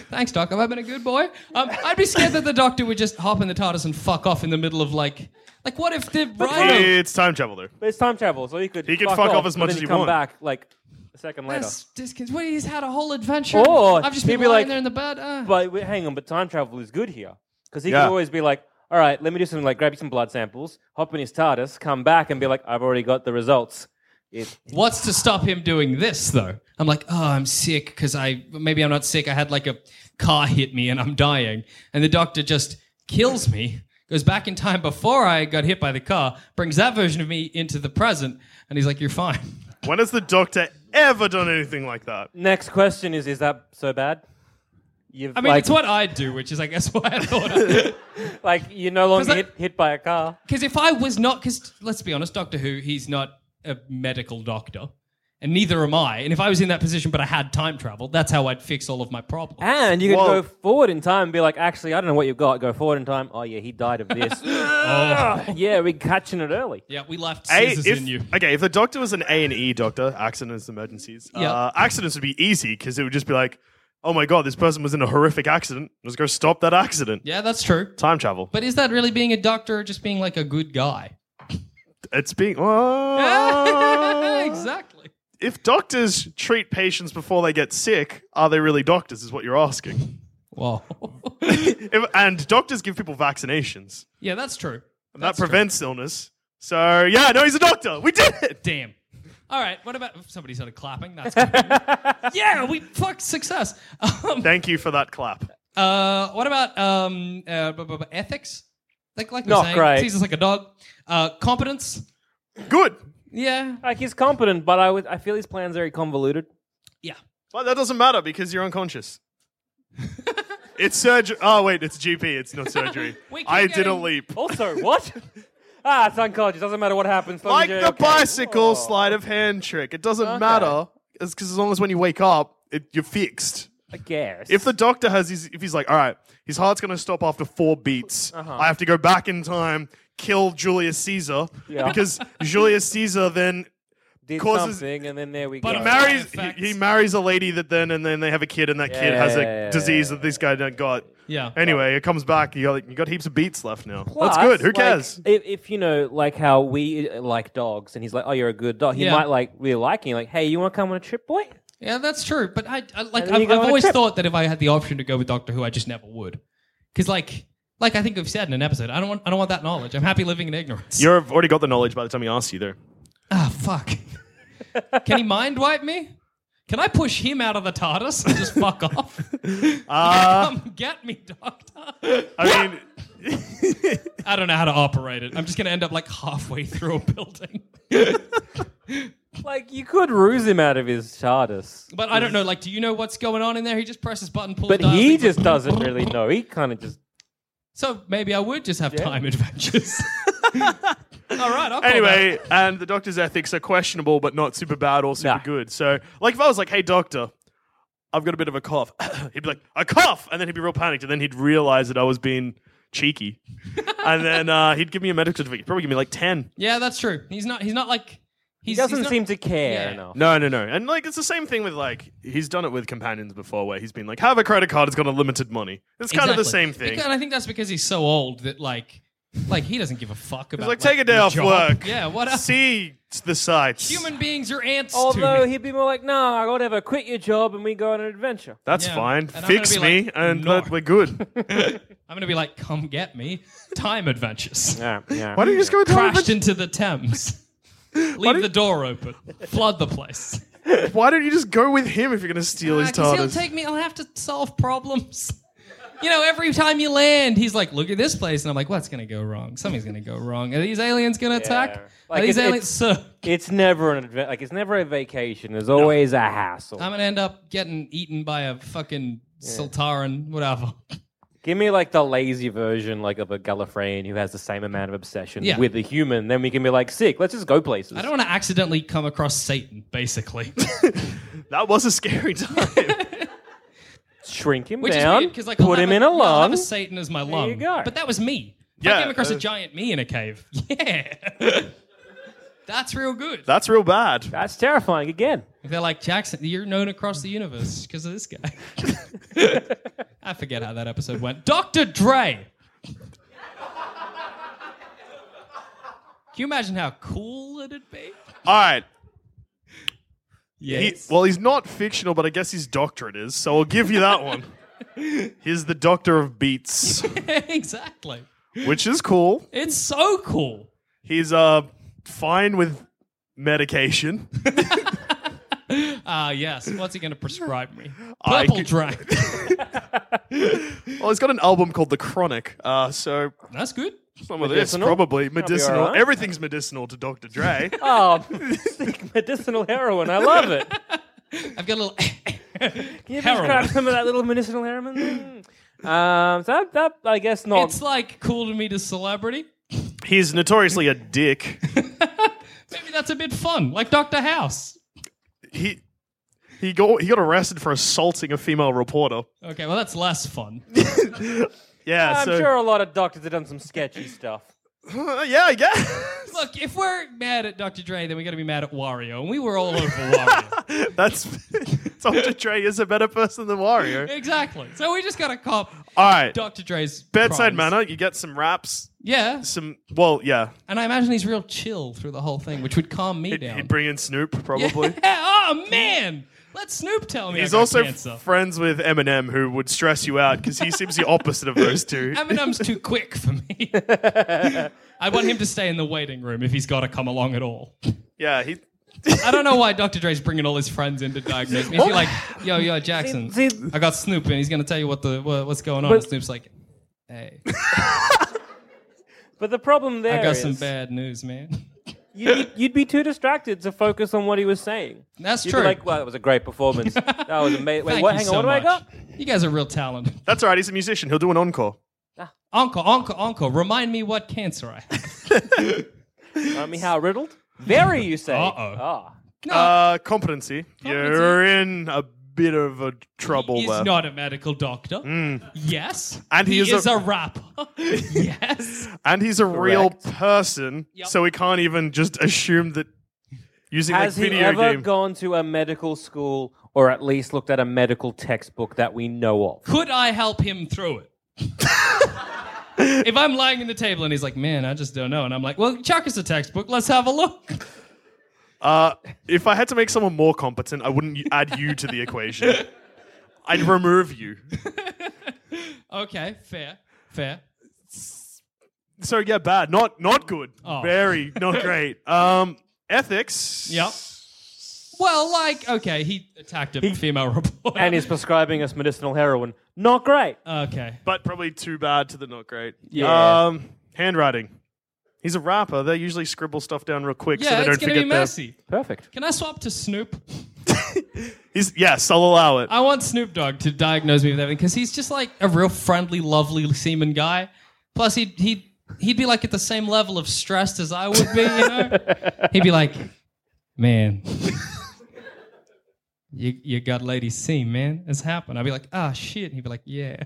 Thanks, Doc. Have I been a good boy? Um, I'd be scared that the doctor would just hop in the TARDIS and fuck off in the middle of like, like what if the right? It's time travel though. But it's time travel, so you could He could fuck off as but much then you as you come want. back like a second later. That's discon- What he's had a whole adventure. Or I've just he'd been be lying like- there in the bed. Uh, But wait, hang on, but time travel is good here because he Yeah. could always be like, "All right, let me do something like grab you some blood samples, hop in his TARDIS, come back, and be like, I've already got the results." It, what's to stop him doing this though? I'm like, oh, I'm sick because I maybe I'm not sick. I had like a car hit me and I'm dying, and the doctor just kills me. Goes back in time before I got hit by the car, brings that version of me into the present, and he's like, "You're fine." When has the doctor ever done anything like that? next question is: Is that so bad? You've, I mean, like, it's what I do, which is, I guess, why I thought. Of it. like you're no longer that- hit, hit by a car. Because if I was not, because let's be honest, Doctor Who, he's not a medical doctor, and neither am I. And if I was in that position, but I had time travel, that's how I'd fix all of my problems. And you could Whoa. go forward in time and be like, actually, I don't know what you've got. Go forward in time. Oh yeah, he died of this. yeah, we're catching it early. yeah, we left A, scissors if, in you. Okay, if the doctor was an A and E doctor, accidents, emergencies, Yeah. uh, accidents would be easy because it would just be like, oh my god, this person was in a horrific accident. Let's go stop that accident. Yeah, that's true. Time travel. But is that really being a doctor or just being like a good guy? It's being. Oh. exactly. if doctors treat patients before they get sick, are they really doctors? Is what you're asking. Whoa. If, and doctors give people vaccinations, yeah, that's true. and that prevents illness. So yeah, no, he's a doctor. We did it. Damn. All right. What about somebody started clapping? That's good. yeah. We fuck success. Um, Thank you for that clap. uh, what about um, uh, b- b- b- ethics? Like like we Not saying, great. Caesar's like a dog. Uh, competence. Good. Yeah. Like he's competent, but I would I feel his plan's very convoluted. Yeah. But that doesn't matter because you're unconscious. it's surgery. Oh, wait, it's GP. It's not surgery. We keep I did a getting- leap. Also, what? ah, it's unconscious. Doesn't matter what happens. long as Like you're the Oh, okay. Oh. bicycle Whoa. sleight of hand trick. It doesn't matter because as long as when you wake up, it, you're fixed. I guess. If the doctor has his, if he's like, all right, his heart's going to stop after four beats. Uh-huh. I have to go back in time, kill Julius Caesar Yeah. because Julius Caesar then did causes- something, and then there we But go. a he marries Side effects. he, he marries a lady that then and then they have a kid and that kid Yeah, has a yeah, yeah, disease that this guy don't got. Yeah. Anyway, it comes back. You got you got heaps of beats left now. That's Plus, good. Who like, cares? If, if you know, like how we uh, like dogs, and he's like, "Oh, you're a good dog," he Yeah. might like really like you. Like, hey, you want to come on a trip, boy? Yeah, that's true. But I, I like And then I've, you go I've on a always trip. thought that if I had the option to go with Doctor Who, I just never would. Because like like I think we've said in an episode, I don't want I don't want that knowledge. I'm happy living in ignorance. You've already got the knowledge by the time he asks you, though. ah fuck. Can he mind wipe me? Can I push him out of the TARDIS and just fuck off? Uh, Come get me, Doctor. I mean, I don't know how to operate it. I'm just gonna end up like halfway through a building. Like, you could ruse him out of his TARDIS, But I don't know. Like, do you know what's going on in there? He just presses button, pulls. but dials, he like- just doesn't really know. He kind of just So maybe I would just have time adventures. All right. I'll call that. anyway, and the doctor's ethics are questionable, but not super bad or super Nah. good. So, like, if I was like, "Hey, doctor, I've got a bit of a cough," he'd be like, "A cough," and then he'd be real panicked, and then he'd realize that I was being cheeky, and then uh, he'd give me a medical certificate. Probably give me like ten. Yeah, that's true. He's not. He's not like. he He's, doesn't he's not- seem to care Yeah. enough. No, no, no. And like it's the same thing with like he's done it with companions before where he's been like, have a credit card, it's got unlimited money. It's kind of the Exactly. same thing. Because- and I think that's because he's so old that like, like he doesn't give a fuck about. It's like, take a day your off job. work. Yeah. What else? See the sights. Human beings are ants. to Although me. he'd be more like, "Nah, whatever. Quit your job, and we go on an adventure." That's Yeah. fine. And I'm Fix gonna be me, like, and "No." that- we're good. I'm gonna be like, come get me. Time adventures. Yeah, yeah. Why don't you just go Crashed to into the Thames. Leave the door open. Flood the place. Why don't you just go with him if you're going to steal his Because Uh, he'll TARDIS? take me. I'll have to solve problems. You know, every time you land, he's like, "Look at this place," and I'm like, "What's gonna go wrong? Something's gonna go wrong. Are these aliens gonna attack? Like, Are these it's- aliens?" Sir, It's never an adventure. Like, it's never a vacation. There's always a hassle. I'm gonna end up getting eaten by a fucking Sultaran, whatever. Give me like the lazy version, like of a Gallifreyan who has the same amount of obsession Yeah. with a human. Then we can be like, sick. Let's just go places. I don't want to accidentally come across Satan. Basically, That was a scary time. shrink him which is down, weird because like I'll put have him in a no, I'll have lung. a Satan as my lung. you go. But that was me. If I Yeah, came across a uh, giant me in a cave. Yeah, that's real good. That's real bad. That's terrifying again. They're like, Jackson, you're known across the universe because of this guy. I forget how that episode went. Dr. Dre. Can you imagine how cool it'd be? All right. He, Yes. well, he's not fictional, but I guess his doctorate is, so I'll give you that one. He's the doctor of beats, exactly. which is cool. It's so cool. He's uh fine with medication. Ah, yes. What's he going to prescribe me? I Purple could- Dre. well, he's got an album called The Chronic. Uh, so That's good. some of this Medicinal? probably be medicinal. alright. Everything's medicinal to Dr. Dre. Oh, sick medicinal heroin. I love it. Can I've got a little. you please Heroin. grab some of that little medicinal heroin? Mm. um, so that, that I guess not. it's like cool to meet a celebrity. he's notoriously a dick. Maybe that's a bit fun, like Dr. House. He he got he got arrested for assaulting a female reporter. Okay, well, that's less fun. Yeah, I'm so sure a lot of doctors have done some sketchy stuff. Uh, yeah, I guess Look, if we're mad at Dr. Dre, then we got to be mad at Wario, and we were all over Wario. that's Dr. Dre is a better person than Wario. exactly. So we just got to cop All right, Dr. Dre's bedside crimes. manner. You get some raps, Yeah, some well, yeah. and I imagine he's real chill through the whole thing, which would calm me He'd, down. he'd bring in Snoop probably. Yeah, oh man, let Snoop tell me. He's I got also cancer. friends with Eminem, who would stress you out because he seems the opposite of those two. Eminem's too quick for me. I want him to stay in the waiting room if he's got to come along at all. Yeah, he I don't know why Dr. Dre's bringing all his friends in to diagnose me. Is he like, yo, yo, Jackson, See- I got Snoop and he's going to tell you what the what, what's going on. But- and Snoop's like, hey, But the problem there I got is some bad news, man. You'd, be, you'd be too distracted to focus on what he was saying. That's You'd true. Be like, well, that was a great performance. that was amazing. Wait, Thank what? you Hang so on. What do I much. got? You guys are real talented. That's all right. He's a musician. He'll do an encore. Uncle, uncle, uncle, remind me what cancer I have. Tell me how riddled. Very, you say. Uh-oh. Ah. Uh, competency. You're in a bit of a trouble He's there. not a medical doctor. Yes. Hmm. And he is a- rapper. yes. and he's a real Correct. person, so we can't even just assume that using Has like he video ever game. gone to a medical school or at least looked at a medical textbook that we know of? Could I help him through it? if I'm lying in the table and he's like, man, I just don't know. And I'm like, well, chuck us a textbook. Let's have a look. uh, if I had to make someone more competent, I wouldn't add you to the equation. I'd remove you. Okay, fair, fair. So yeah, bad. Not not good. Oh. Very not great. Um, ethics. Yep. Well, like, okay, he attacked a female reporter. And he's prescribing us medicinal heroin. Not great. okay. but probably too bad to the not great. Yeah. Um, handwriting. He's a rapper. They usually scribble stuff down real quick so Yeah, they it's don't going forget to be their- messy. Perfect. Can I swap to Snoop? He's yes, I'll allow it. I want Snoop Dogg to diagnose me with everything because he's just like a real friendly, lovely seaman guy. Plus, he'd he'd he'd be like at the same level of stressed as I would be. You know, he'd be like, "Man, you you got Lady C, man. It's happened." I'd be like, "Ah, shit." He'd be like, "Yeah,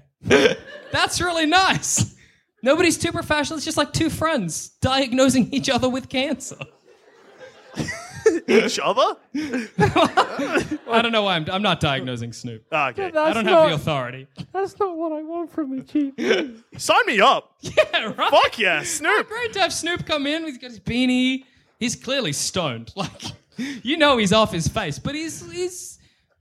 that's really nice." Nobody's too professional. It's just like two friends diagnosing each other with cancer. Each other? I don't know why I'm, I'm not diagnosing Snoop. Ah, okay. I don't have the authority. That's not what I want from a chief. Sign me up. Yeah, right. Fuck yeah, Snoop. Great to have Snoop come in. He's got his beanie. He's clearly stoned. Like, you know, he's off his face, but he's he's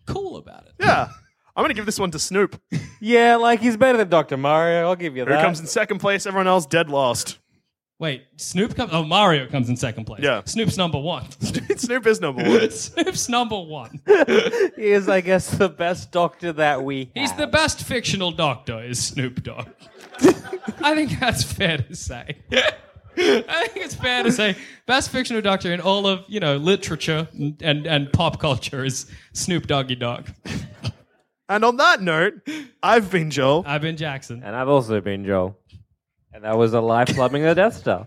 cool about it. Yeah. I'm gonna give this one to Snoop. Who yeah, like he's better than Dr. Mario. I'll give you that. comes in second place? Everyone else dead last. Wait, Snoop comes. Oh, Mario comes in second place. Yeah. Snoop's number one. Snoop is number one. Snoop's number one. He is, I guess, the best doctor that we He's have. the best fictional doctor. Is Snoop Dogg? I think that's fair to say. I think it's fair to say best fictional doctor in all of you know literature and and, and pop culture is Snoop Doggy Dog. And on that note, I've been Joel. I've been Jackson. And I've also been Joel. And that was a live plumbing the Death Star.